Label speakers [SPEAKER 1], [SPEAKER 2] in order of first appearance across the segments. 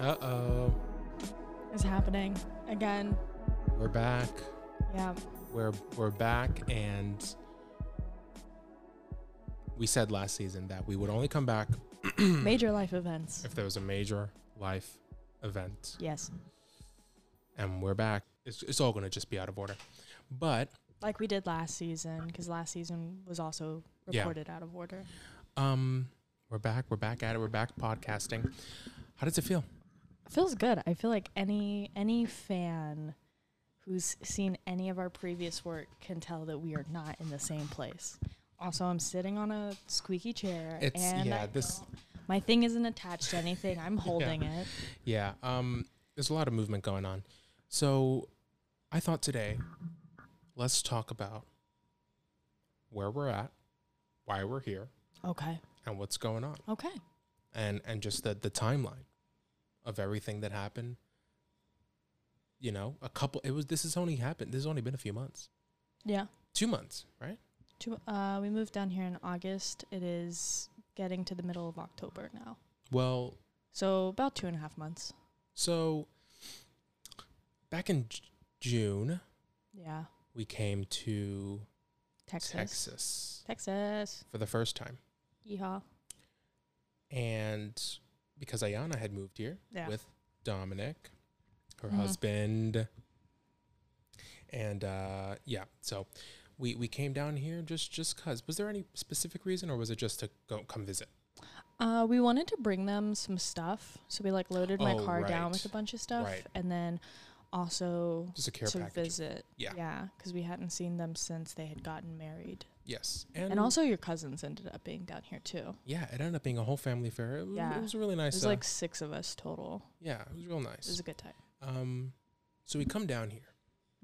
[SPEAKER 1] Uh oh.
[SPEAKER 2] is happening again.
[SPEAKER 1] We're back.
[SPEAKER 2] Yeah.
[SPEAKER 1] We're we're back and we said last season that we would only come back
[SPEAKER 2] Major life events.
[SPEAKER 1] Hmm. if there was a major life event.
[SPEAKER 2] Yes.
[SPEAKER 1] And we're back. It's it's all gonna just be out of order. But
[SPEAKER 2] Like we did last season, because last season was also
[SPEAKER 1] Yeah.
[SPEAKER 2] recorded out of order.
[SPEAKER 1] um we're back, we're back at it, we're back podcasting. How does it feel?
[SPEAKER 2] feels good. I feel like any any fan who's seen any of our previous work can tell that we are not in the same place. Also, I'm sitting on a squeaky chair,
[SPEAKER 1] It's
[SPEAKER 2] and
[SPEAKER 1] yeah,
[SPEAKER 2] I-
[SPEAKER 1] this
[SPEAKER 2] my thing isn't attached to anything. I'm holding it.
[SPEAKER 1] yeah, um there's a lot of movement going on. So I thought today let's talk about where we're at, why we're here,
[SPEAKER 2] Okay,
[SPEAKER 1] and what's going on.
[SPEAKER 2] okay,
[SPEAKER 1] and and just the the timeline of everything that happened you know a couple it was this has only happened this has only been a few months
[SPEAKER 2] yeah.
[SPEAKER 1] two months right
[SPEAKER 2] To, uh, we moved down here in August. It is getting to the middle of October now,
[SPEAKER 1] well
[SPEAKER 2] so about two and a half months.
[SPEAKER 1] so back in J- june
[SPEAKER 2] Yeah,
[SPEAKER 1] we came to
[SPEAKER 2] Texas,
[SPEAKER 1] texas.
[SPEAKER 2] Texas, Texas.
[SPEAKER 1] for the first time
[SPEAKER 2] Yeehaw!
[SPEAKER 1] and because ayana had moved here
[SPEAKER 2] Yeah.
[SPEAKER 1] with dominic her
[SPEAKER 2] Mhm.
[SPEAKER 1] husband and uh yeah so we we came down here just just cuz was there any specific reason or was it just to go come visit
[SPEAKER 2] Uh, we wanted to bring them some stuff, so we like loaded my
[SPEAKER 1] Oh,
[SPEAKER 2] car down
[SPEAKER 1] right.
[SPEAKER 2] with a bunch of stuff,
[SPEAKER 1] Right.
[SPEAKER 2] and then also
[SPEAKER 1] just a care
[SPEAKER 2] to
[SPEAKER 1] package
[SPEAKER 2] visit.
[SPEAKER 1] Yeah.
[SPEAKER 2] yeah, because we hadn't seen them since they had gotten married,
[SPEAKER 1] yes
[SPEAKER 2] and, also your cousins ended up being down here too.
[SPEAKER 1] yeah it ended up being a whole family affair it, w-
[SPEAKER 2] Yeah.
[SPEAKER 1] it was really
[SPEAKER 2] It
[SPEAKER 1] nice
[SPEAKER 2] was
[SPEAKER 1] uh,
[SPEAKER 2] like six of us total.
[SPEAKER 1] yeah it was real
[SPEAKER 2] It was
[SPEAKER 1] nice
[SPEAKER 2] a good time.
[SPEAKER 1] um so we come down here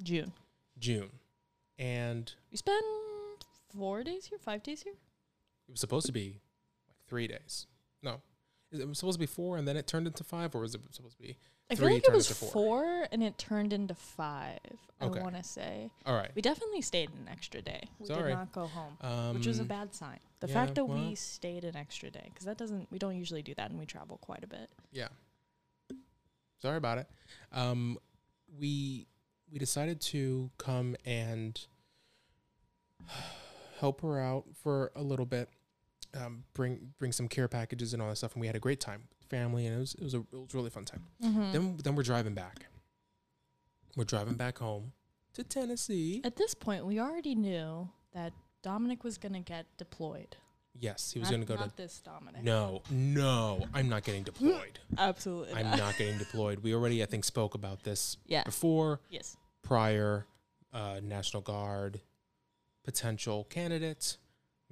[SPEAKER 2] June.
[SPEAKER 1] june and
[SPEAKER 2] We spent four days here, five days here.
[SPEAKER 1] it was supposed to be like 3 days no it was supposed to be 4 and then it turned into 5 or was it supposed to be
[SPEAKER 2] I feel
[SPEAKER 1] Three
[SPEAKER 2] like it
[SPEAKER 1] turned
[SPEAKER 2] was
[SPEAKER 1] into four.
[SPEAKER 2] four, and it turned into five.
[SPEAKER 1] Okay.
[SPEAKER 2] I want to say
[SPEAKER 1] all right
[SPEAKER 2] we definitely stayed an extra day. We
[SPEAKER 1] Sorry.
[SPEAKER 2] did not go home.
[SPEAKER 1] um
[SPEAKER 2] which was a bad sign. The
[SPEAKER 1] yeah,
[SPEAKER 2] fact that
[SPEAKER 1] well.
[SPEAKER 2] we stayed an extra day, because that doesn't, we don't usually do that, and we travel quite a bit.
[SPEAKER 1] Yeah. Sorry about it. Um, we we decided to come and help her out for a little bit, um, bring bring some care packages and all that stuff, and we had a great time, family, and it was it was a it was a really fun time.
[SPEAKER 2] Mm-hmm. Mm.
[SPEAKER 1] Then then we're driving back. We're driving back home to Tennessee.
[SPEAKER 2] At this point, we already knew that Dominic was going to get deployed.
[SPEAKER 1] Yes, he was
[SPEAKER 2] Not-
[SPEAKER 1] going to go to.
[SPEAKER 2] not this Dominic.
[SPEAKER 1] No, no, I'm not getting deployed.
[SPEAKER 2] absolutely.
[SPEAKER 1] I'm not getting deployed. We already, I think, spoke about this
[SPEAKER 2] Yeah.
[SPEAKER 1] before.
[SPEAKER 2] Yes.
[SPEAKER 1] prior uh, National Guard potential candidate,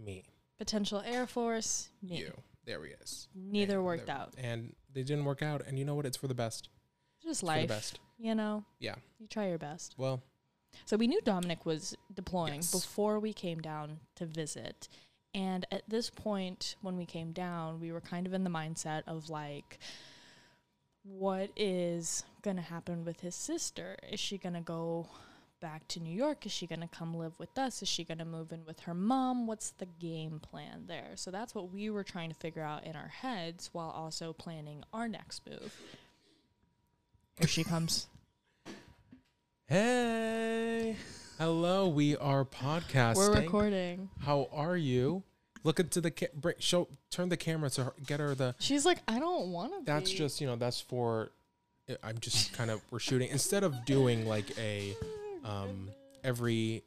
[SPEAKER 1] me,
[SPEAKER 2] Potential Air Force. Me.
[SPEAKER 1] you. There he is.
[SPEAKER 2] Neither
[SPEAKER 1] And
[SPEAKER 2] worked
[SPEAKER 1] there-
[SPEAKER 2] out.
[SPEAKER 1] And they didn't work out. And you know what? It's for the best.
[SPEAKER 2] Just
[SPEAKER 1] It's for
[SPEAKER 2] life.
[SPEAKER 1] the best.
[SPEAKER 2] You know.
[SPEAKER 1] Yeah.
[SPEAKER 2] You try your best.
[SPEAKER 1] Well,
[SPEAKER 2] So we knew Dominic was deploying
[SPEAKER 1] Yes.
[SPEAKER 2] before we came down to visit. And at this point, when we came down, we were kind of in the mindset of like, what is going to happen with his sister? Is she going to go back to New York? Is she going to come live with us? Is she going to move in with her mom? What's the game plan there? So that's what we were trying to figure out in our heads while also planning our next move. Here she comes.
[SPEAKER 1] hey. Hello. We are podcasting.
[SPEAKER 2] We're recording.
[SPEAKER 1] How are you? Look into the ca- bring, show. Turn the camera to her, get her the.
[SPEAKER 2] She's like, I don't want to.
[SPEAKER 1] That's just you know. That's for. I'm just kind of we're shooting instead of doing like a um, every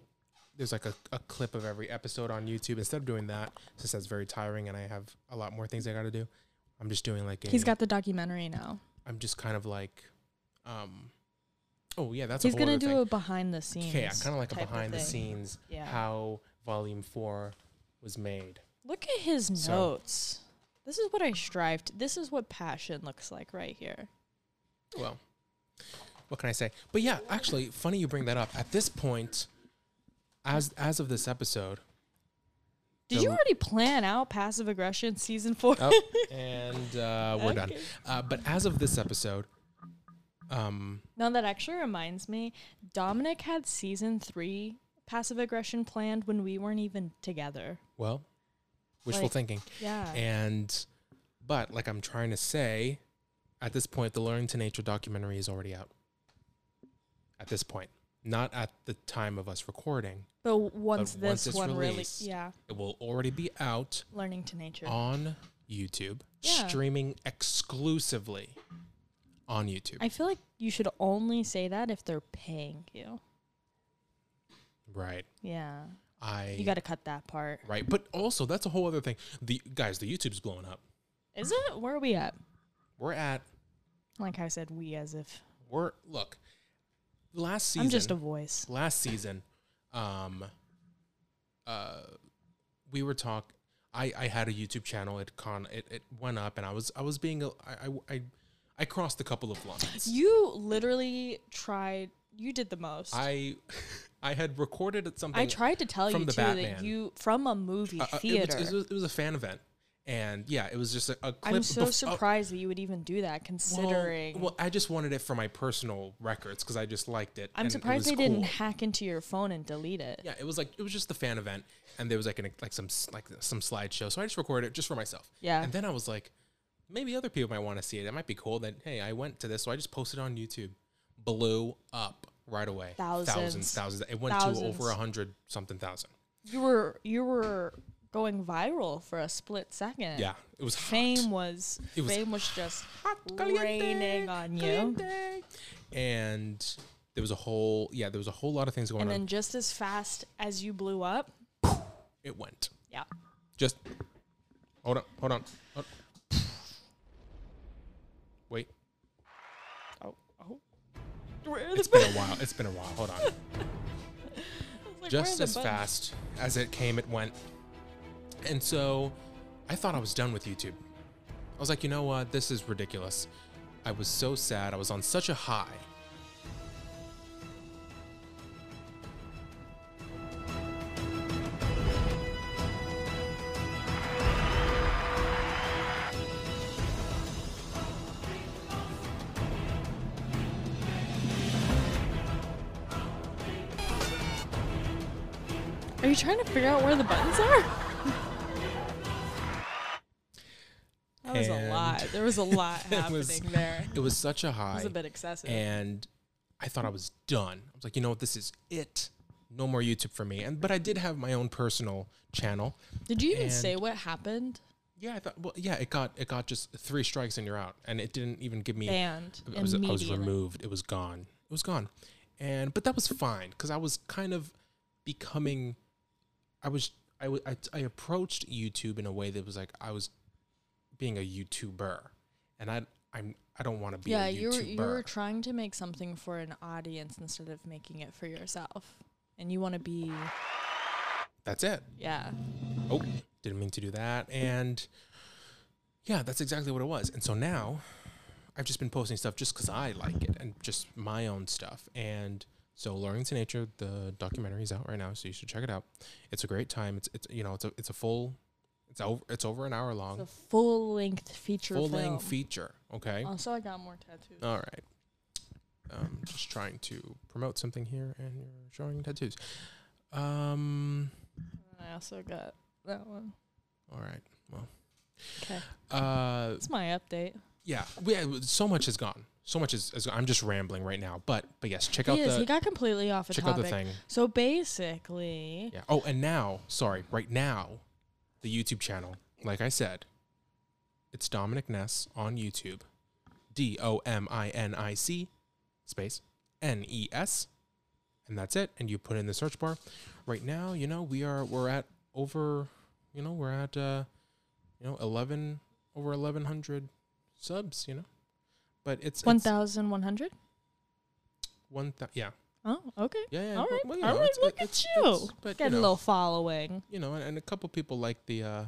[SPEAKER 1] there's like a, a clip of every episode on YouTube. Instead of doing that, since that's very tiring and I have a lot more things I got to do, I'm just doing like a.
[SPEAKER 2] He's got the documentary now.
[SPEAKER 1] I'm just kind of like, um, oh yeah, that's
[SPEAKER 2] He's
[SPEAKER 1] a whole
[SPEAKER 2] gonna
[SPEAKER 1] other
[SPEAKER 2] do
[SPEAKER 1] thing.
[SPEAKER 2] a behind the scenes.
[SPEAKER 1] yeah, kind of like a
[SPEAKER 2] type of
[SPEAKER 1] behind the
[SPEAKER 2] thing.
[SPEAKER 1] scenes
[SPEAKER 2] Yeah.
[SPEAKER 1] how Volume Four was made.
[SPEAKER 2] Look at his
[SPEAKER 1] So-
[SPEAKER 2] notes. This is what I strived. This is what passion looks like right here.
[SPEAKER 1] well, what can I say? But yeah, actually, funny you bring that up. At this point, as as of this episode,
[SPEAKER 2] Did
[SPEAKER 1] The-
[SPEAKER 2] you already plan out passive aggression season four?
[SPEAKER 1] oh, and uh, we're done.
[SPEAKER 2] Okay.
[SPEAKER 1] Uh, but as of this episode, um,
[SPEAKER 2] Now that actually reminds me, Dominic had season three passive aggression planned when we weren't even together.
[SPEAKER 1] well, wishful
[SPEAKER 2] Like- uh,
[SPEAKER 1] thinking,
[SPEAKER 2] Yeah.
[SPEAKER 1] and but like I'm trying to say, At this point, the Learning to Nature documentary is already out. At this point, not at the time of us recording,
[SPEAKER 2] But
[SPEAKER 1] once
[SPEAKER 2] once this
[SPEAKER 1] it's
[SPEAKER 2] one really,
[SPEAKER 1] released-
[SPEAKER 2] yeah,
[SPEAKER 1] it will already be out
[SPEAKER 2] learning to nature.
[SPEAKER 1] on YouTube,
[SPEAKER 2] Yeah.
[SPEAKER 1] streaming exclusively on YouTube.
[SPEAKER 2] I feel like you should only say that if they're paying you.
[SPEAKER 1] right.
[SPEAKER 2] Yeah,
[SPEAKER 1] I
[SPEAKER 2] you got to cut that part.
[SPEAKER 1] right, but also that's a whole other thing. The guys, the YouTube's blowing up.
[SPEAKER 2] Is it? Where are we at?
[SPEAKER 1] We're at
[SPEAKER 2] Like I said, we as if
[SPEAKER 1] we're look. Last season,
[SPEAKER 2] I'm just a voice.
[SPEAKER 1] last season, um, uh, we were talk. I I had a YouTube channel. It con it, it went up, and I was I was being a, I, I I I crossed a couple of lines.
[SPEAKER 2] You literally tried. You did the most. I,
[SPEAKER 1] I I had recorded at something.
[SPEAKER 2] tried to tell you
[SPEAKER 1] from
[SPEAKER 2] too
[SPEAKER 1] the
[SPEAKER 2] that
[SPEAKER 1] Batman.
[SPEAKER 2] you from a movie
[SPEAKER 1] uh, uh, it,
[SPEAKER 2] theater.
[SPEAKER 1] was, it, was, it was a fan event, and yeah, it was just a, a clip.
[SPEAKER 2] I'm so
[SPEAKER 1] bef- uh,
[SPEAKER 2] surprised that you would even do that,
[SPEAKER 1] well,
[SPEAKER 2] considering.
[SPEAKER 1] well, I just wanted it for my personal records because I just liked it.
[SPEAKER 2] I'm
[SPEAKER 1] and it
[SPEAKER 2] surprised
[SPEAKER 1] was
[SPEAKER 2] they didn't
[SPEAKER 1] cool.
[SPEAKER 2] hack into your phone and delete it.
[SPEAKER 1] Yeah, it was like it was just the fan event, and there was like an like some s- like some slideshow. So I just recorded it just for myself.
[SPEAKER 2] Yeah.
[SPEAKER 1] And then I was like, maybe other people might want to see it. It might be cool that hey, I went to this, so I just posted it on YouTube. Blew up right away.
[SPEAKER 2] Thousands.
[SPEAKER 1] thousands, thousands. It went to
[SPEAKER 2] Thousands.
[SPEAKER 1] over a hundred something thousand.
[SPEAKER 2] You were you were going viral for a split second.
[SPEAKER 1] Yeah, it was
[SPEAKER 2] Fame
[SPEAKER 1] hot.
[SPEAKER 2] was,
[SPEAKER 1] It was
[SPEAKER 2] fame was just
[SPEAKER 1] hot,
[SPEAKER 2] raining on you.
[SPEAKER 1] And there was a whole yeah, there was a whole lot of things going
[SPEAKER 2] And
[SPEAKER 1] on.
[SPEAKER 2] then just as fast as you blew up,
[SPEAKER 1] it went.
[SPEAKER 2] yeah.
[SPEAKER 1] Just hold on, hold on. hold- Wait,
[SPEAKER 2] Oh oh. Where are the
[SPEAKER 1] it's been a while. It's been a while. Hold on.
[SPEAKER 2] like, where are
[SPEAKER 1] Just
[SPEAKER 2] the
[SPEAKER 1] as
[SPEAKER 2] buttons?
[SPEAKER 1] fast as it came, it went. And so, I thought I was done with YouTube. I was like, you know what? This is ridiculous. I was so sad. I was on such a high.
[SPEAKER 2] Are you trying to figure out where the buttons are? That was a
[SPEAKER 1] And-
[SPEAKER 2] lot. There was a lot
[SPEAKER 1] It
[SPEAKER 2] happening
[SPEAKER 1] was-
[SPEAKER 2] there.
[SPEAKER 1] It was such a
[SPEAKER 2] It
[SPEAKER 1] high.
[SPEAKER 2] was a bit excessive.
[SPEAKER 1] and I thought I was done. I was like, you know what, this is it. No more YouTube for me. And but I did have my own personal channel.
[SPEAKER 2] Did you even
[SPEAKER 1] and-
[SPEAKER 2] say what happened?
[SPEAKER 1] Yeah, I thought well yeah, it got it got just three strikes and you're out. And it didn't even give me
[SPEAKER 2] Banned
[SPEAKER 1] I was, I was
[SPEAKER 2] immediately.
[SPEAKER 1] removed. It was gone. It was gone. And but that was fine because I was kind of becoming I was I wa- I I approached YouTube in a way that was like I was being a YouTuber. And I I'm I don't want to be
[SPEAKER 2] yeah,
[SPEAKER 1] a YouTuber.
[SPEAKER 2] you were you were trying to make something for an audience instead of making it for yourself, and you want to be
[SPEAKER 1] That's it.
[SPEAKER 2] yeah.
[SPEAKER 1] Oh, didn't mean to do that. And yeah, that's exactly what it was. And so now I've just been posting stuff just because I like it and just my own stuff. And so Learning to Nature, the documentary is out right now, so you should check it out. It's a great time. It's it's you know, it's a it's a full it's over it's over an hour
[SPEAKER 2] It's a
[SPEAKER 1] long.
[SPEAKER 2] full length feature.
[SPEAKER 1] Full
[SPEAKER 2] film. Um,
[SPEAKER 1] length feature. Oh. Okay.
[SPEAKER 2] Also, Oh, I got more tattoos.
[SPEAKER 1] All right. Um just trying to promote something here and you're showing tattoos. Um
[SPEAKER 2] And I also got that one.
[SPEAKER 1] all right. Well.
[SPEAKER 2] 'Kay.
[SPEAKER 1] Uh
[SPEAKER 2] It's my update.
[SPEAKER 1] yeah, we, yeah, so much is gone. So much is, is I'm just rambling right now, but but yes, check out
[SPEAKER 2] he is.
[SPEAKER 1] the
[SPEAKER 2] He got completely off a
[SPEAKER 1] check out
[SPEAKER 2] topic.
[SPEAKER 1] the thing.
[SPEAKER 2] So basically,
[SPEAKER 1] Yeah. Oh, and now, sorry, right now, the YouTube channel, like I said, it's Dominic Ness on YouTube. D O M I N I C space N E S. And that's it. And you put in the search bar. Right now, you know, we are we're at over, you know, we're at uh you know, 11 over 1100 subs, you know. But it's it's-
[SPEAKER 2] one thousand one hundred.
[SPEAKER 1] One thousand. Yeah.
[SPEAKER 2] Oh, okay.
[SPEAKER 1] Yeah. yeah.
[SPEAKER 2] All right.
[SPEAKER 1] you
[SPEAKER 2] All
[SPEAKER 1] know,
[SPEAKER 2] right,
[SPEAKER 1] it's-
[SPEAKER 2] look
[SPEAKER 1] it- it's-
[SPEAKER 2] at you.
[SPEAKER 1] it's- But,
[SPEAKER 2] Get
[SPEAKER 1] you
[SPEAKER 2] a
[SPEAKER 1] know,
[SPEAKER 2] little following.
[SPEAKER 1] you know, and, and a couple people like the, uh,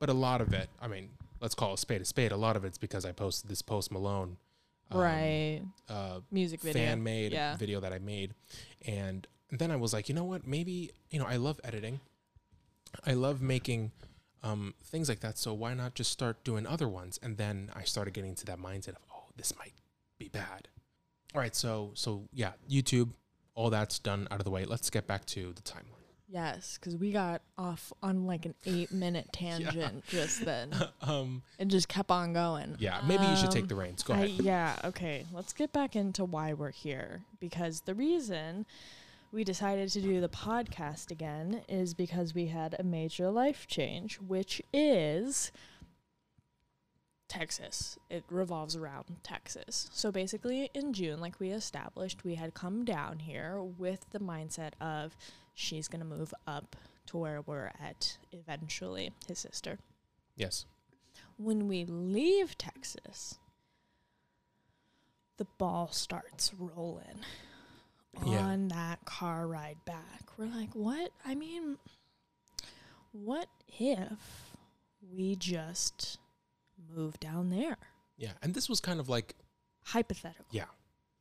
[SPEAKER 1] but a lot of it, I mean, let's call a spade a spade. A lot of it's because I posted this Post Malone, um,
[SPEAKER 2] right.
[SPEAKER 1] uh,
[SPEAKER 2] Music video.
[SPEAKER 1] fan made
[SPEAKER 2] Yeah.
[SPEAKER 1] video that I made. And then I was like, you know what? Maybe, you know, I love editing. I love making um, things like that. So why not just start doing other ones? And then I started getting to that mindset of, oh, this might be bad. All right. So, so yeah, YouTube, all that's done out of the way. Let's get back to the timeline.
[SPEAKER 2] Yes, because we got off on like an eight minute tangent just then.
[SPEAKER 1] um,
[SPEAKER 2] It just kept on going.
[SPEAKER 1] yeah, maybe you should take
[SPEAKER 2] Um,
[SPEAKER 1] the reins. Go
[SPEAKER 2] I-
[SPEAKER 1] ahead.
[SPEAKER 2] yeah, okay. Let's get back into why we're here because the reason we decided to do the podcast again is because we had a major life change, which is Texas. It revolves around Texas. So basically, in June, like we established, we had come down here with the mindset of she's going to move up to where we're at eventually, his sister
[SPEAKER 1] yes.
[SPEAKER 2] when we leave Texas, the ball starts rolling
[SPEAKER 1] Yeah.
[SPEAKER 2] on that car ride back. We're like, what? I mean, what if we just move down there?
[SPEAKER 1] Yeah. And this was kind of like
[SPEAKER 2] Hypothetical.
[SPEAKER 1] Yeah,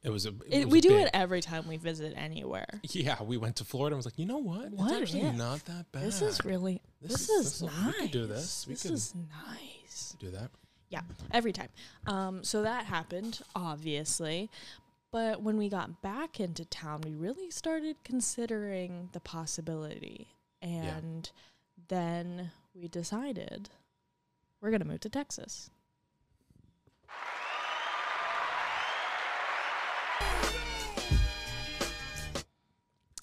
[SPEAKER 1] it was a.
[SPEAKER 2] It-
[SPEAKER 1] was
[SPEAKER 2] we
[SPEAKER 1] a
[SPEAKER 2] do
[SPEAKER 1] big-
[SPEAKER 2] it every time we visit anywhere.
[SPEAKER 1] Yeah, we went to Florida. and was like, you know what?
[SPEAKER 2] What
[SPEAKER 1] it's actually
[SPEAKER 2] if?
[SPEAKER 1] not that bad.
[SPEAKER 2] This is really, this, is,
[SPEAKER 1] this'll-
[SPEAKER 2] nice.
[SPEAKER 1] We could do this. We
[SPEAKER 2] this
[SPEAKER 1] could
[SPEAKER 2] is nice.
[SPEAKER 1] do that.
[SPEAKER 2] Yeah, every time. Um, so that happened, obviously. But when we got back into town, we really started considering the possibility. And then we decided we're going to move to Texas.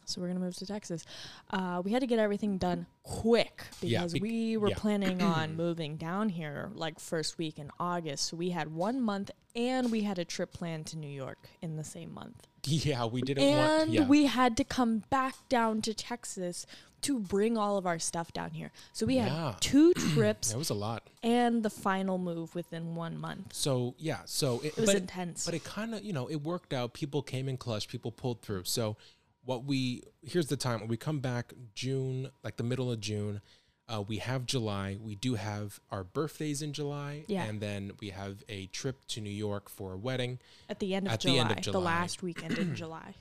[SPEAKER 2] So we're going to move to Texas. Uh, we had to get everything done quick
[SPEAKER 1] Yeah,
[SPEAKER 2] because
[SPEAKER 1] bec-
[SPEAKER 2] we were
[SPEAKER 1] yeah.
[SPEAKER 2] planning on moving down here like first week in August. So we had one month and we had a trip planned to New York in the same month.
[SPEAKER 1] Yeah, we didn't want.
[SPEAKER 2] And
[SPEAKER 1] Yeah,
[SPEAKER 2] we had to come back down to Texas to bring all of our stuff down here. So we
[SPEAKER 1] Yeah.
[SPEAKER 2] had two trips
[SPEAKER 1] that was a lot.
[SPEAKER 2] and the final move within one month.
[SPEAKER 1] So yeah, so it,
[SPEAKER 2] It was
[SPEAKER 1] but
[SPEAKER 2] intense.
[SPEAKER 1] But it kind of you know it worked out. People came in clutch. People pulled through. So what we here's the time when we come back June, like the middle of June. Uh, we have July. We do have our birthdays in July,
[SPEAKER 2] Yeah.
[SPEAKER 1] and then we have a trip to New York for a wedding.
[SPEAKER 2] at the end of,
[SPEAKER 1] At the
[SPEAKER 2] July,
[SPEAKER 1] end of
[SPEAKER 2] the
[SPEAKER 1] July.
[SPEAKER 2] last weekend in July.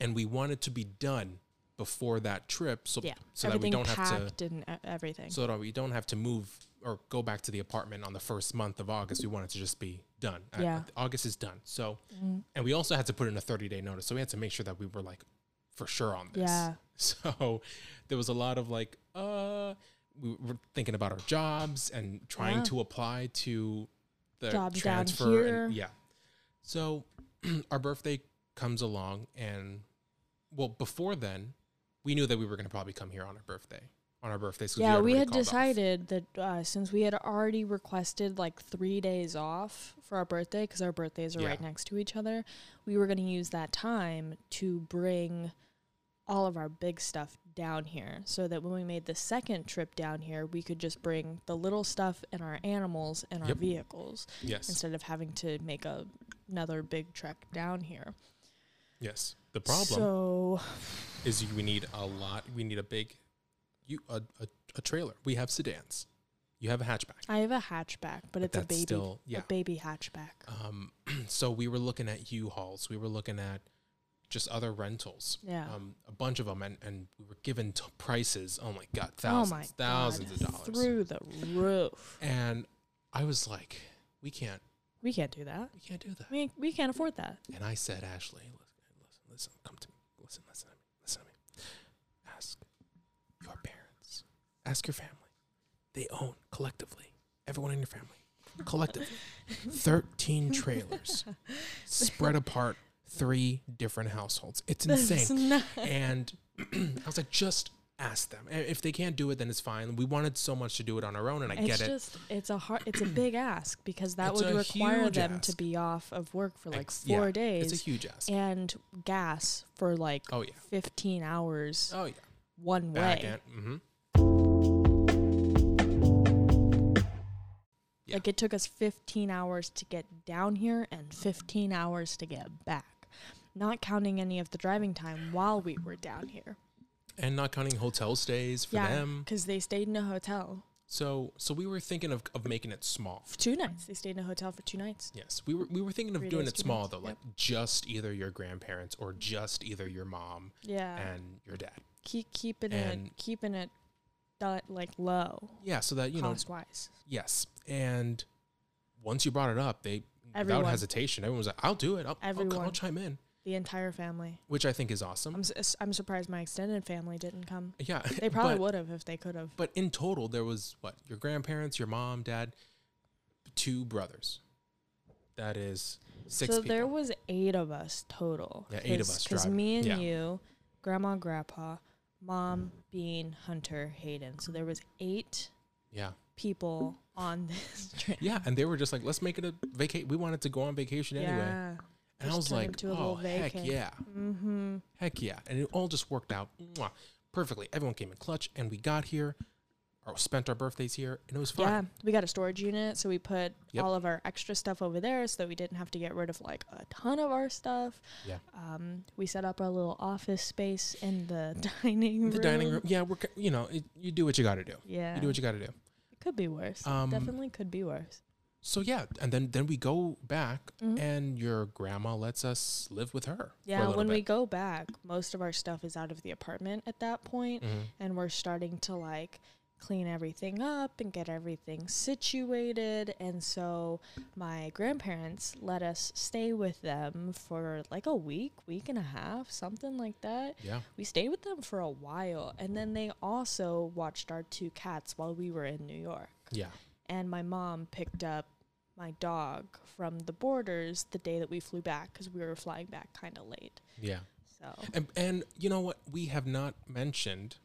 [SPEAKER 1] and we want it to be done before that trip so
[SPEAKER 2] Yeah.
[SPEAKER 1] so that we
[SPEAKER 2] everything
[SPEAKER 1] don't
[SPEAKER 2] packed
[SPEAKER 1] have to
[SPEAKER 2] and e- everything.
[SPEAKER 1] so that we don't have to move or go back to the apartment on the first month of August. We want it to just be done. Uh,
[SPEAKER 2] Yeah.
[SPEAKER 1] August is done. So
[SPEAKER 2] Mm,
[SPEAKER 1] and we also had to put in a 30-day notice. So we had to make sure that we were like for sure on this.
[SPEAKER 2] Yeah.
[SPEAKER 1] So there was a lot of like uh we were thinking about our jobs and trying
[SPEAKER 2] Yeah.
[SPEAKER 1] to apply to the
[SPEAKER 2] Jobs down
[SPEAKER 1] transfer
[SPEAKER 2] here.
[SPEAKER 1] and yeah. So our birthday comes along and well before then we knew that we were going to probably come here on our birthday on our birthdays 'cause
[SPEAKER 2] yeah, we
[SPEAKER 1] already
[SPEAKER 2] had
[SPEAKER 1] called off.
[SPEAKER 2] decided that uh, since we had already requested like three days off for our birthday, because our birthdays are right
[SPEAKER 1] Yeah.
[SPEAKER 2] next to each other, we were going to use that time to bring all of our big stuff down here so that when we made the second trip down here, we could just bring the little stuff and our animals and our
[SPEAKER 1] Yep.
[SPEAKER 2] vehicles
[SPEAKER 1] yes
[SPEAKER 2] instead of having to make a, another big trek down here.
[SPEAKER 1] yes the problem
[SPEAKER 2] So,
[SPEAKER 1] is you- we need a lot we need a big you a, a, a trailer we have sedans you have a hatchback
[SPEAKER 2] I have a hatchback, but it's a
[SPEAKER 1] that's
[SPEAKER 2] baby
[SPEAKER 1] still- yeah.
[SPEAKER 2] a baby hatchback.
[SPEAKER 1] um so we were looking at u-hauls we were looking at just other rentals
[SPEAKER 2] Yeah.
[SPEAKER 1] um a bunch of them and and we were given t- prices oh my god
[SPEAKER 2] Oh
[SPEAKER 1] thousands
[SPEAKER 2] my
[SPEAKER 1] thousands
[SPEAKER 2] God,
[SPEAKER 1] of dollars
[SPEAKER 2] through the roof.
[SPEAKER 1] and i was like we can't
[SPEAKER 2] We can't do that.
[SPEAKER 1] we can't do that
[SPEAKER 2] We we can't afford that.
[SPEAKER 1] And I said, Ashley, listen, listen, listen, come to me. Listen, listen to me. Listen to me. Ask your parents. Ask your family. They own collectively, everyone in your family, collectively, 13 trailers spread apart, three different households. It's
[SPEAKER 2] It's
[SPEAKER 1] insane.
[SPEAKER 2] not-
[SPEAKER 1] And I was like, just ask them. And If they can't do it, then it's fine. We wanted so much to do it on our own, and I
[SPEAKER 2] it's
[SPEAKER 1] get it.
[SPEAKER 2] just it's a hard it's a big ask because that
[SPEAKER 1] It's
[SPEAKER 2] would
[SPEAKER 1] a
[SPEAKER 2] require
[SPEAKER 1] huge
[SPEAKER 2] them to
[SPEAKER 1] ask.
[SPEAKER 2] be off of work for like
[SPEAKER 1] Ex-
[SPEAKER 2] four
[SPEAKER 1] yeah,
[SPEAKER 2] days
[SPEAKER 1] It's a huge ask.
[SPEAKER 2] and gas for like
[SPEAKER 1] Oh, yeah.
[SPEAKER 2] fifteen hours
[SPEAKER 1] Oh, yeah.
[SPEAKER 2] one
[SPEAKER 1] Back
[SPEAKER 2] way.
[SPEAKER 1] end. Mm-hmm. yeah.
[SPEAKER 2] Like it took us fifteen hours to get down here and fifteen hours to get back. Not counting any of the driving time while we were down here.
[SPEAKER 1] and not counting hotel stays for
[SPEAKER 2] yeah,
[SPEAKER 1] them.
[SPEAKER 2] because they stayed in a hotel.
[SPEAKER 1] So so we were thinking of, of making it small.
[SPEAKER 2] for two nights. They stayed in a hotel for two nights.
[SPEAKER 1] Yes, we were we were thinking of
[SPEAKER 2] Three
[SPEAKER 1] doing
[SPEAKER 2] days,
[SPEAKER 1] it
[SPEAKER 2] two
[SPEAKER 1] small
[SPEAKER 2] nights,
[SPEAKER 1] though, like
[SPEAKER 2] yep. Mm-hmm.
[SPEAKER 1] just either your grandparents or just either your mom
[SPEAKER 2] Yeah,
[SPEAKER 1] and your dad.
[SPEAKER 2] keep keeping it
[SPEAKER 1] and-
[SPEAKER 2] keeping it dot, like low
[SPEAKER 1] Yeah, so that you know
[SPEAKER 2] cost wise.
[SPEAKER 1] yes. And once you brought it up, they
[SPEAKER 2] Everyone.
[SPEAKER 1] without hesitation, everyone was like, "I'll do it. I'll, I'll, I'll
[SPEAKER 2] Everyone.
[SPEAKER 1] chime in."
[SPEAKER 2] the entire family.
[SPEAKER 1] which I think is awesome.
[SPEAKER 2] I'm s- I'm surprised my extended family didn't come.
[SPEAKER 1] yeah,
[SPEAKER 2] They probably
[SPEAKER 1] but,
[SPEAKER 2] would have if they could have.
[SPEAKER 1] But in total, there was what your grandparents, your mom, dad, two brothers. That is six.
[SPEAKER 2] So
[SPEAKER 1] people.
[SPEAKER 2] there was eight of us total.
[SPEAKER 1] Yeah, eight of us
[SPEAKER 2] Because
[SPEAKER 1] driving.
[SPEAKER 2] me and
[SPEAKER 1] Yeah. Mm-hmm.
[SPEAKER 2] you, grandma, grandpa, mom, Bean, Hunter, Hayden. So there was eight
[SPEAKER 1] yeah,
[SPEAKER 2] people on this trip.
[SPEAKER 1] yeah, and they were just like, let's make it a vacation. We wanted to go on vacation anyway, and I
[SPEAKER 2] just
[SPEAKER 1] was
[SPEAKER 2] turned
[SPEAKER 1] like,
[SPEAKER 2] into a
[SPEAKER 1] oh
[SPEAKER 2] little
[SPEAKER 1] heck
[SPEAKER 2] vacay.
[SPEAKER 1] yeah,
[SPEAKER 2] Mm-hmm.
[SPEAKER 1] heck yeah, and it all just worked out mwah, perfectly. Everyone came in clutch, and we got here, or spent our birthdays here, and it was fun.
[SPEAKER 2] Yeah, we got a storage unit, so we put
[SPEAKER 1] Yep.
[SPEAKER 2] all of our extra stuff over there, so that we didn't have to get rid of like a ton of our stuff.
[SPEAKER 1] Yeah.
[SPEAKER 2] Um, we set up our little office space in the dining room.
[SPEAKER 1] The dining room, yeah, we're c- you know it, you do what you got to do.
[SPEAKER 2] Yeah.
[SPEAKER 1] You do what you got to do.
[SPEAKER 2] it could be worse.
[SPEAKER 1] Um,
[SPEAKER 2] Definitely could be worse.
[SPEAKER 1] So yeah, and then then we go back,
[SPEAKER 2] Mhm.
[SPEAKER 1] and your grandma lets us live with her.
[SPEAKER 2] Yeah, when we go back, most of our stuff is out of the apartment at that point,
[SPEAKER 1] hmm
[SPEAKER 2] and we're starting to like clean everything up and get everything situated. And so my grandparents let us stay with them for like a week, week and a half, something like that.
[SPEAKER 1] Yeah,
[SPEAKER 2] We stayed with them for a while, and then they also watched our two cats while we were in New York.
[SPEAKER 1] yeah,
[SPEAKER 2] And my mom picked up my dog from the borders the day that we flew back because we were flying back kind of late.
[SPEAKER 1] yeah.
[SPEAKER 2] So
[SPEAKER 1] And and you know what? We have not mentioned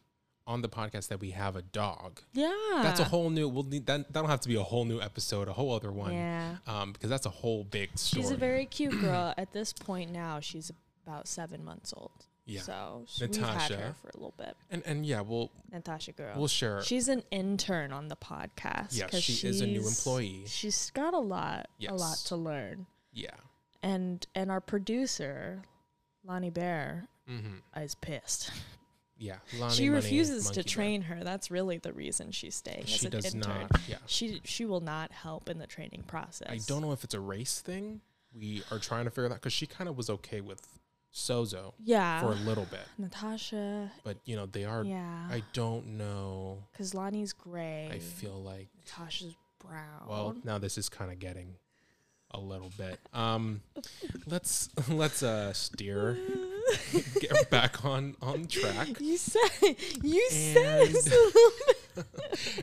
[SPEAKER 1] on the podcast that we have a dog.
[SPEAKER 2] yeah,
[SPEAKER 1] That's
[SPEAKER 2] Ah.
[SPEAKER 1] a whole new. We'll need that. That'll have to be a whole new episode, a whole other one.
[SPEAKER 2] Yeah,
[SPEAKER 1] Um, because that's a whole big story.
[SPEAKER 2] she's a very cute girl. At this point now, she's about seven months old.
[SPEAKER 1] yeah.
[SPEAKER 2] So sh- we've had
[SPEAKER 1] Natasha.
[SPEAKER 2] her for a little bit.
[SPEAKER 1] And and yeah, we'll
[SPEAKER 2] Natasha girl.
[SPEAKER 1] we'll share.
[SPEAKER 2] she's an intern on the podcast.
[SPEAKER 1] Yeah,
[SPEAKER 2] 'cause
[SPEAKER 1] she is a new
[SPEAKER 2] she's-
[SPEAKER 1] employee.
[SPEAKER 2] She's got a lot, a lot
[SPEAKER 1] Yes.
[SPEAKER 2] to learn.
[SPEAKER 1] yeah.
[SPEAKER 2] And and our producer, Lonnie Bear,
[SPEAKER 1] Mm-hmm.
[SPEAKER 2] is pissed.
[SPEAKER 1] Yeah. Lonnie
[SPEAKER 2] she
[SPEAKER 1] Money
[SPEAKER 2] refuses
[SPEAKER 1] Monkey
[SPEAKER 2] to
[SPEAKER 1] Bear.
[SPEAKER 2] train her. That's really the reason she's staying as
[SPEAKER 1] She
[SPEAKER 2] an
[SPEAKER 1] does
[SPEAKER 2] intern.
[SPEAKER 1] not. Yeah.
[SPEAKER 2] She she will not help in the training process.
[SPEAKER 1] I don't know if it's a race thing. We are trying to figure that because she kind of was okay with Sozo
[SPEAKER 2] Yeah.
[SPEAKER 1] for a little bit,
[SPEAKER 2] Natasha.
[SPEAKER 1] but you know they are.
[SPEAKER 2] Yeah.
[SPEAKER 1] I don't know.
[SPEAKER 2] Because Lonnie's gray.
[SPEAKER 1] I feel like
[SPEAKER 2] Natasha's brown.
[SPEAKER 1] well now this is kind of getting a little bit. Um, let's let's uh steer get back on on track.
[SPEAKER 2] you said you said
[SPEAKER 1] And-
[SPEAKER 2] so-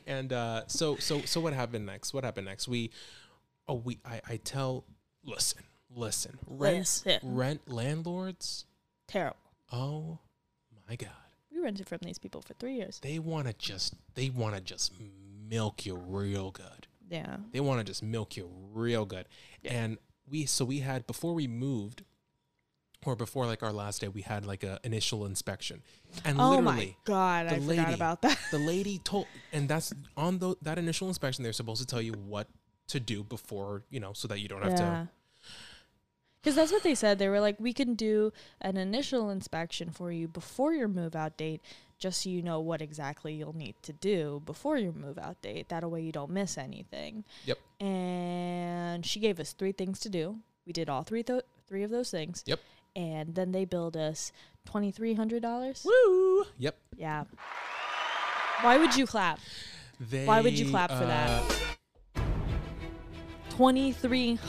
[SPEAKER 1] And uh, so so so what happened next? What happened next? We oh we I I tell listen listen rent
[SPEAKER 2] Listen.
[SPEAKER 1] rent landlords
[SPEAKER 2] terrible.
[SPEAKER 1] oh my god.
[SPEAKER 2] We rented from these people for three years.
[SPEAKER 1] they want to just they want to just milk you real good
[SPEAKER 2] Yeah.
[SPEAKER 1] they want to just milk you real good and we so we had before we moved or before like our last day we had like a initial inspection and
[SPEAKER 2] Oh my
[SPEAKER 1] literally
[SPEAKER 2] god,
[SPEAKER 1] the
[SPEAKER 2] I forgot
[SPEAKER 1] lady-
[SPEAKER 2] about that.
[SPEAKER 1] the lady told and that's on the, that initial inspection they're supposed to tell you what to do before you know so that you don't have to
[SPEAKER 2] Because that's what they said. They were like, we can do an initial inspection for you before your move out date, just so you know what exactly you'll need to do before your move out date. That way you don't miss anything.
[SPEAKER 1] Yep.
[SPEAKER 2] And she gave us three things to do. We did all three, tho- three of those things.
[SPEAKER 1] Yep.
[SPEAKER 2] And then they billed us $2,300.
[SPEAKER 1] woo yep
[SPEAKER 2] Yeah. Why would you clap?
[SPEAKER 1] they,
[SPEAKER 2] Why would you clap for that?
[SPEAKER 1] uh,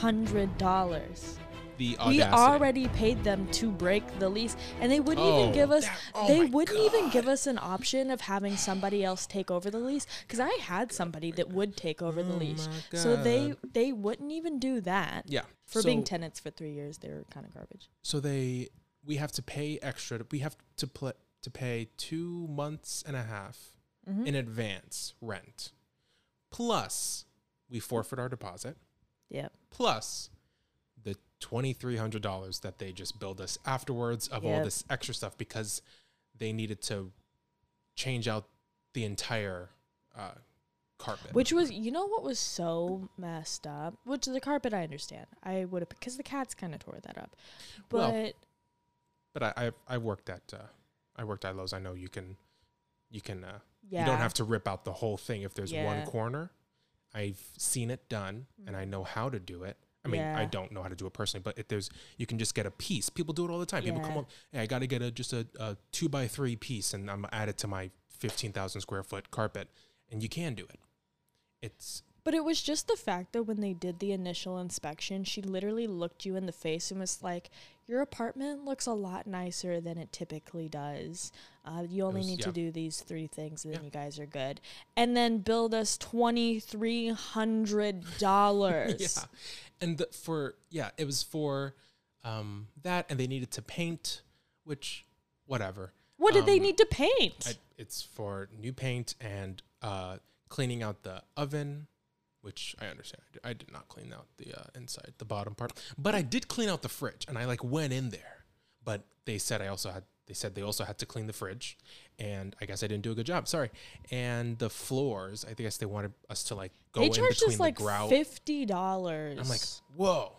[SPEAKER 2] $2,300.
[SPEAKER 1] the
[SPEAKER 2] we
[SPEAKER 1] audacity.
[SPEAKER 2] already paid them to break the lease and they wouldn't even
[SPEAKER 1] Oh,
[SPEAKER 2] give us
[SPEAKER 1] that- oh
[SPEAKER 2] they
[SPEAKER 1] my
[SPEAKER 2] wouldn't even
[SPEAKER 1] God.
[SPEAKER 2] give us an option of having somebody else take over the lease because i had somebody that would take over the
[SPEAKER 1] Oh
[SPEAKER 2] lease
[SPEAKER 1] my
[SPEAKER 2] so they
[SPEAKER 1] God.
[SPEAKER 2] they wouldn't even do that
[SPEAKER 1] yeah
[SPEAKER 2] for being
[SPEAKER 1] So-
[SPEAKER 2] tenants for three years they were kind of garbage
[SPEAKER 1] so they we have to pay extra we have to pl- to pay two months and a half
[SPEAKER 2] Mm-hmm.
[SPEAKER 1] in advance rent plus we forfeit our deposit
[SPEAKER 2] yep
[SPEAKER 1] plus the $2300 that they just billed us afterwards of all
[SPEAKER 2] Yep.
[SPEAKER 1] this extra stuff because they needed to change out the entire uh, carpet
[SPEAKER 2] which was you know what was so messed up which the carpet i understand i would have because the cats kind of tore that up but
[SPEAKER 1] Well, but I, I i worked at uh, i worked at lowes i know you can you can uh,
[SPEAKER 2] yeah
[SPEAKER 1] You don't have to rip out the whole thing if there's one
[SPEAKER 2] Yeah. Mm.
[SPEAKER 1] corner. I've seen it done and I know how to do it. I mean, I
[SPEAKER 2] Yeah.
[SPEAKER 1] don't know how to do it personally, but if there's, you can just get a piece. People do it all the time. People come
[SPEAKER 2] Yeah.
[SPEAKER 1] up, hey, I got to get a just a, a two by three piece, and I'm add it to my fifteen thousand square foot carpet, and you can do it. It's
[SPEAKER 2] But it was just the fact that when they did the initial inspection, she literally looked you in the face and was like, Your apartment looks a lot nicer than it typically does. Uh, you only
[SPEAKER 1] was-
[SPEAKER 2] need to
[SPEAKER 1] yeah.
[SPEAKER 2] do these three things and then
[SPEAKER 1] Yeah.
[SPEAKER 2] you guys are good. And then billed us $2,300.
[SPEAKER 1] yeah. And the, for yeah, it was for um that and they needed to paint, which whatever.
[SPEAKER 2] What did they
[SPEAKER 1] Um,
[SPEAKER 2] need to paint?
[SPEAKER 1] I, it's for new paint and uh cleaning out the oven, which I understand. I did, I did not clean out the uh, inside, the bottom part, but I did clean out the fridge and I like went in there. But they said I also had they said they also had to clean the fridge and I guess I didn't do a good job. Sorry. And the floors, I guess they wanted us to like go
[SPEAKER 2] they
[SPEAKER 1] in
[SPEAKER 2] charged
[SPEAKER 1] between
[SPEAKER 2] us like
[SPEAKER 1] the grout.
[SPEAKER 2] fifty dollars.
[SPEAKER 1] I'm like, "Whoa."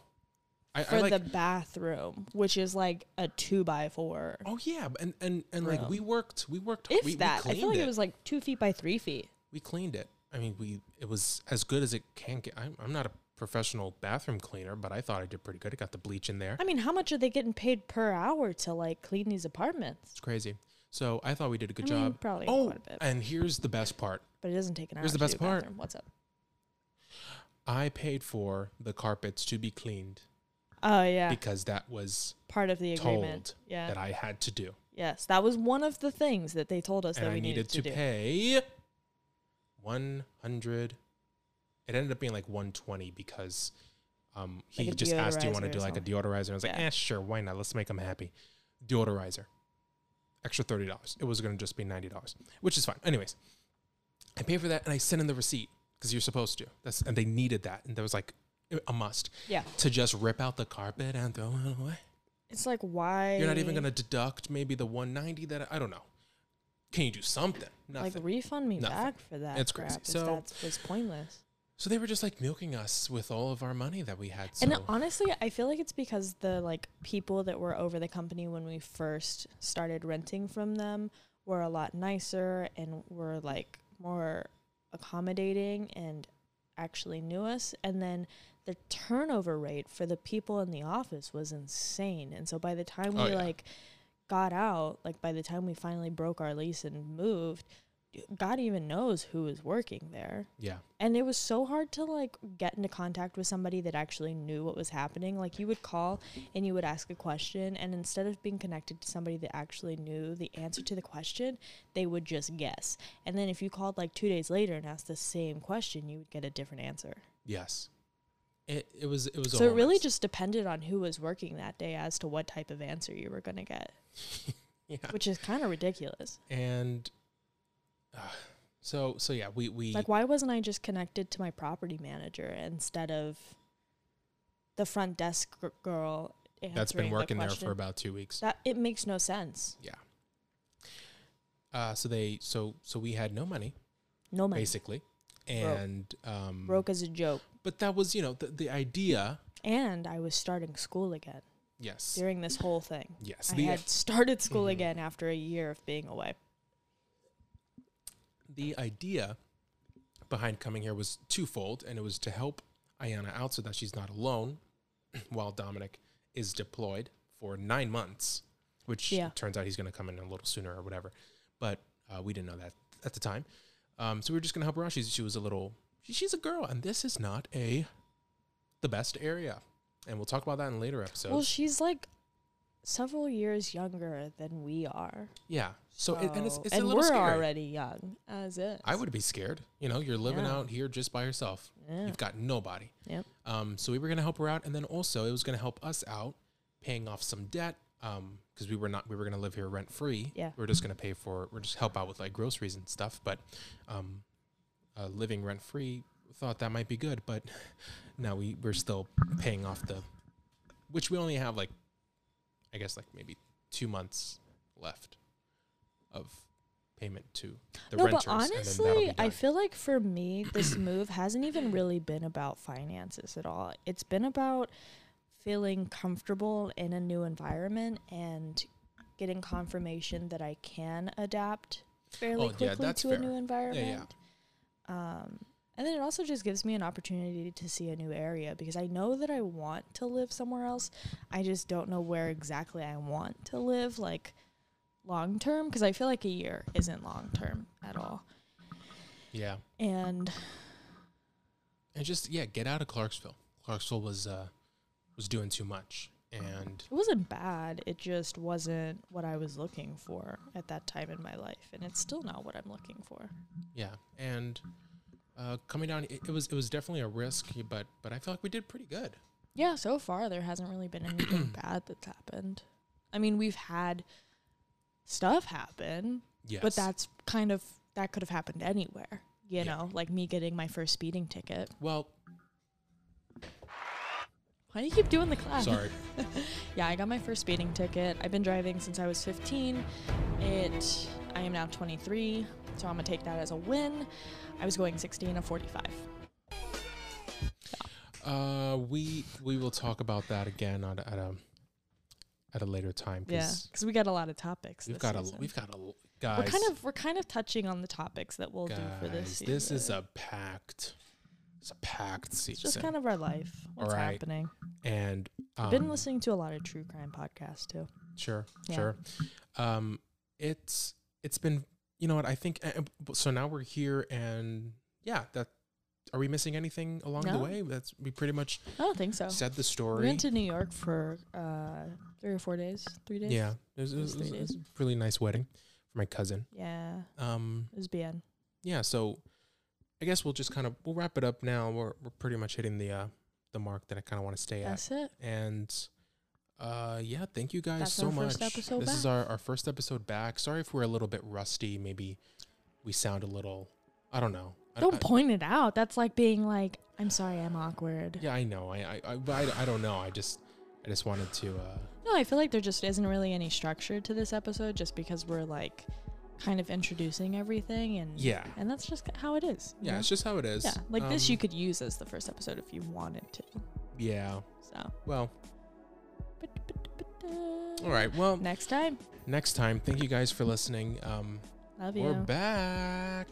[SPEAKER 1] I,
[SPEAKER 2] for
[SPEAKER 1] I like
[SPEAKER 2] the bathroom, which is like a two by four.
[SPEAKER 1] Oh yeah, b- and and and like
[SPEAKER 2] Room.
[SPEAKER 1] we worked, we worked.
[SPEAKER 2] If
[SPEAKER 1] we,
[SPEAKER 2] that,
[SPEAKER 1] we
[SPEAKER 2] I
[SPEAKER 1] cleaned
[SPEAKER 2] feel like
[SPEAKER 1] it.
[SPEAKER 2] it. was like two feet by three feet.
[SPEAKER 1] we cleaned it. I mean, we it was as good as it can get. I'm, I'm not a professional bathroom cleaner, but I thought I did pretty good. I got the bleach in there.
[SPEAKER 2] I mean, how much are they getting paid per hour to like clean these apartments?
[SPEAKER 1] It's crazy. So I thought we did a good
[SPEAKER 2] I mean,
[SPEAKER 1] job.
[SPEAKER 2] probably
[SPEAKER 1] oh,
[SPEAKER 2] quite a bit.
[SPEAKER 1] and here's the best part.
[SPEAKER 2] But it doesn't take an hour.
[SPEAKER 1] Here's the
[SPEAKER 2] to
[SPEAKER 1] best
[SPEAKER 2] do a
[SPEAKER 1] part.
[SPEAKER 2] bathroom. What's up?
[SPEAKER 1] I paid for the carpets to be cleaned
[SPEAKER 2] Oh yeah,
[SPEAKER 1] because that was
[SPEAKER 2] part of the agreement.
[SPEAKER 1] told
[SPEAKER 2] Yeah.
[SPEAKER 1] that I had to do,
[SPEAKER 2] yes, that was one of the things that they told us
[SPEAKER 1] and
[SPEAKER 2] that
[SPEAKER 1] I
[SPEAKER 2] we
[SPEAKER 1] needed to,
[SPEAKER 2] do.
[SPEAKER 1] pay one hundred. It ended up being like one twenty because. Um, he
[SPEAKER 2] Like a
[SPEAKER 1] just asked, "Do you
[SPEAKER 2] deodorizer
[SPEAKER 1] want to
[SPEAKER 2] or
[SPEAKER 1] do like a
[SPEAKER 2] something."
[SPEAKER 1] deodorizer?" I was like,
[SPEAKER 2] Yeah.
[SPEAKER 1] "Eh, sure, why not? Let's make him happy." Deodorizer, extra thirty dollars. It was gonna just be ninety dollars, which is fine. Anyways, I pay for that and I send in the receipt because you're supposed to. That's and they needed that, and there was like a must
[SPEAKER 2] Yeah,
[SPEAKER 1] to just rip out the carpet and throw it away.
[SPEAKER 2] it's like why
[SPEAKER 1] You're not even gonna deduct maybe the one ninety that I, I don't know. Can you do something? Nothing.
[SPEAKER 2] like refund me
[SPEAKER 1] Nothing.
[SPEAKER 2] back for that.
[SPEAKER 1] It's
[SPEAKER 2] crap.
[SPEAKER 1] crazy.
[SPEAKER 2] if
[SPEAKER 1] So-
[SPEAKER 2] that was pointless.
[SPEAKER 1] so they were just like milking us with all of our money that we had. So
[SPEAKER 2] And honestly, I feel like it's because the like people that were over the company when we first started renting from them were a lot nicer and were like more accommodating and actually knew us. And then the turnover rate for the people in the office was insane. And so by the time
[SPEAKER 1] Oh,
[SPEAKER 2] we
[SPEAKER 1] yeah.
[SPEAKER 2] like got out, like by the time we finally broke our lease and moved, God even knows who was working there
[SPEAKER 1] yeah,
[SPEAKER 2] and it was so hard to like get into contact with somebody that actually knew what was happening like you would call and you would ask a question and instead of being connected to somebody that actually knew the answer to the question they would just guess and then if you called like two days later and asked the same question you would get a different answer
[SPEAKER 1] yes. It it was it was a
[SPEAKER 2] so it
[SPEAKER 1] whole
[SPEAKER 2] really
[SPEAKER 1] mess.
[SPEAKER 2] just depended on who was working that day as to what type of answer you were going to get
[SPEAKER 1] yeah.
[SPEAKER 2] which is kind of ridiculous
[SPEAKER 1] and uh, so so yeah we we
[SPEAKER 2] Like, why wasn't I just connected to my property manager instead of the front desk g- girl?
[SPEAKER 1] that's been
[SPEAKER 2] answering the
[SPEAKER 1] working there
[SPEAKER 2] question?
[SPEAKER 1] for about two weeks.
[SPEAKER 2] That it makes no sense.
[SPEAKER 1] Uh, so they so so we had no money
[SPEAKER 2] No money.
[SPEAKER 1] basically, and um,
[SPEAKER 2] Broke as a joke.
[SPEAKER 1] But that was you know the, the idea.
[SPEAKER 2] And I was starting school again
[SPEAKER 1] Yes.
[SPEAKER 2] during this whole thing.
[SPEAKER 1] Yes.
[SPEAKER 2] I
[SPEAKER 1] the
[SPEAKER 2] had started school
[SPEAKER 1] Mhm.
[SPEAKER 2] again after a year of being away.
[SPEAKER 1] the idea behind coming here was twofold, and it was to help Ayana out so that she's not alone while Dominic is deployed for nine months, which
[SPEAKER 2] Yeah.
[SPEAKER 1] turns out he's going to come in a little sooner or whatever. But uh, we didn't know that at the time. Um, so we were just going to help her out. She's, she was a little, she, she's a girl, and this is not a the best area. And we'll talk about that in later episodes.
[SPEAKER 2] Well, she's like several years younger than we are.
[SPEAKER 1] yeah. So, it, and it's,
[SPEAKER 2] so-
[SPEAKER 1] it's
[SPEAKER 2] and
[SPEAKER 1] a little
[SPEAKER 2] we're
[SPEAKER 1] scary.
[SPEAKER 2] already young as is.
[SPEAKER 1] I would be scared. You know, you're living
[SPEAKER 2] Yeah.
[SPEAKER 1] out here just by yourself.
[SPEAKER 2] Yeah.
[SPEAKER 1] You've got nobody.
[SPEAKER 2] Yep.
[SPEAKER 1] Um, so we were gonna help her out, and then also it was gonna help us out, paying off some debt. Um, because we were not we were gonna live here rent free.
[SPEAKER 2] Yeah.
[SPEAKER 1] We are just gonna pay for we're just help out with like groceries and stuff, but um, uh, living rent free thought that might be good, but now we we're still paying off the, which we only have like, I guess like maybe two months left of payment to the
[SPEAKER 2] no,
[SPEAKER 1] renters.
[SPEAKER 2] but
[SPEAKER 1] and then that'll
[SPEAKER 2] honestly,
[SPEAKER 1] be
[SPEAKER 2] I
[SPEAKER 1] done.
[SPEAKER 2] feel like for me, this move hasn't even really been about finances at all. It's been about feeling comfortable in a new environment and getting confirmation that I can adapt fairly
[SPEAKER 1] Oh, yeah,
[SPEAKER 2] quickly
[SPEAKER 1] that's
[SPEAKER 2] to
[SPEAKER 1] fair.
[SPEAKER 2] a new
[SPEAKER 1] Yeah, yeah.
[SPEAKER 2] environment. Um, and then it also just gives me an opportunity to see a new area because I know that I want to live somewhere else. I just don't know where exactly I want to live, like long term, because I feel like a year isn't long term at all.
[SPEAKER 1] yeah.
[SPEAKER 2] And
[SPEAKER 1] and just yeah, get out of Clarksville. Clarksville was uh, was doing too much, and
[SPEAKER 2] It wasn't bad. It just wasn't what I was looking for at that time in my life, and it's still not what I'm looking for.
[SPEAKER 1] yeah, and uh, coming down, it, it was it was definitely a risk, but but I feel like we did pretty good.
[SPEAKER 2] Yeah, so far there hasn't really been anything bad that's happened. I mean, we've had stuff happen,
[SPEAKER 1] Yes,
[SPEAKER 2] but that's kind of that could have happened anywhere. You
[SPEAKER 1] Yeah.
[SPEAKER 2] know, like me getting my first speeding ticket.
[SPEAKER 1] well,
[SPEAKER 2] Why do you keep doing the clap?
[SPEAKER 1] sorry,
[SPEAKER 2] Yeah, I got my first speeding ticket. I've been driving since I was 15. It I am now 23, so I'm going to take that as a win. I was going 60 and a 45.
[SPEAKER 1] uh, we we will talk about that again on, at a at a later time
[SPEAKER 2] Yeah,
[SPEAKER 1] because
[SPEAKER 2] cuz we got a lot of topics.
[SPEAKER 1] we've
[SPEAKER 2] this
[SPEAKER 1] got
[SPEAKER 2] season.
[SPEAKER 1] a we've got a
[SPEAKER 2] We're
[SPEAKER 1] guys.
[SPEAKER 2] kind of we're kind of touching on the topics that we'll do for
[SPEAKER 1] guys,
[SPEAKER 2] this season.
[SPEAKER 1] this is a packed, it's a packed season,
[SPEAKER 2] it's just kind of our life. What's
[SPEAKER 1] Alright.
[SPEAKER 2] happening?
[SPEAKER 1] and um,
[SPEAKER 2] Been listening to a lot of true crime podcasts too.
[SPEAKER 1] Sure,
[SPEAKER 2] Yeah.
[SPEAKER 1] sure. Um, it's it's been you know what I think. uh, uh, So now we're here, and yeah, that are we missing anything along
[SPEAKER 2] No.
[SPEAKER 1] the way? That's we pretty much
[SPEAKER 2] I don't think so.
[SPEAKER 1] said the
[SPEAKER 2] We
[SPEAKER 1] story.
[SPEAKER 2] went to New York for uh 3 or 4 days, 3 days.
[SPEAKER 1] yeah, it was, it
[SPEAKER 2] Those
[SPEAKER 1] was, it
[SPEAKER 2] three
[SPEAKER 1] was- it was a really nice wedding for my cousin.
[SPEAKER 2] Yeah.
[SPEAKER 1] Um,
[SPEAKER 2] It was BN.
[SPEAKER 1] yeah, so I guess we'll just kind of we'll wrap it up now. We're we're pretty much hitting the uh the mark that I kind of want to stay at.
[SPEAKER 2] That's it.
[SPEAKER 1] and uh yeah thank you guys
[SPEAKER 2] That's
[SPEAKER 1] so
[SPEAKER 2] our
[SPEAKER 1] much
[SPEAKER 2] first episode
[SPEAKER 1] this is
[SPEAKER 2] back.
[SPEAKER 1] our, our first episode back sorry if we're a little bit rusty maybe we sound a little i don't know I-
[SPEAKER 2] Don't
[SPEAKER 1] I-
[SPEAKER 2] point it out. That's like being like, I'm sorry, I'm awkward.
[SPEAKER 1] yeah i know I, I i but I- I don't know i just i just wanted to uh
[SPEAKER 2] No, I feel like there just isn't really any structure to this episode just because we're like kind of introducing everything and
[SPEAKER 1] yeah
[SPEAKER 2] and that's just how it is. you
[SPEAKER 1] yeah
[SPEAKER 2] know?
[SPEAKER 1] it's just how it is
[SPEAKER 2] yeah. Like this you
[SPEAKER 1] Um,
[SPEAKER 2] could use as the first episode if you wanted to.
[SPEAKER 1] yeah
[SPEAKER 2] So
[SPEAKER 1] well all right well
[SPEAKER 2] uh, Next time.
[SPEAKER 1] next time thank you guys for listening um
[SPEAKER 2] Love you.
[SPEAKER 1] we're back Oh.
[SPEAKER 2] Uh,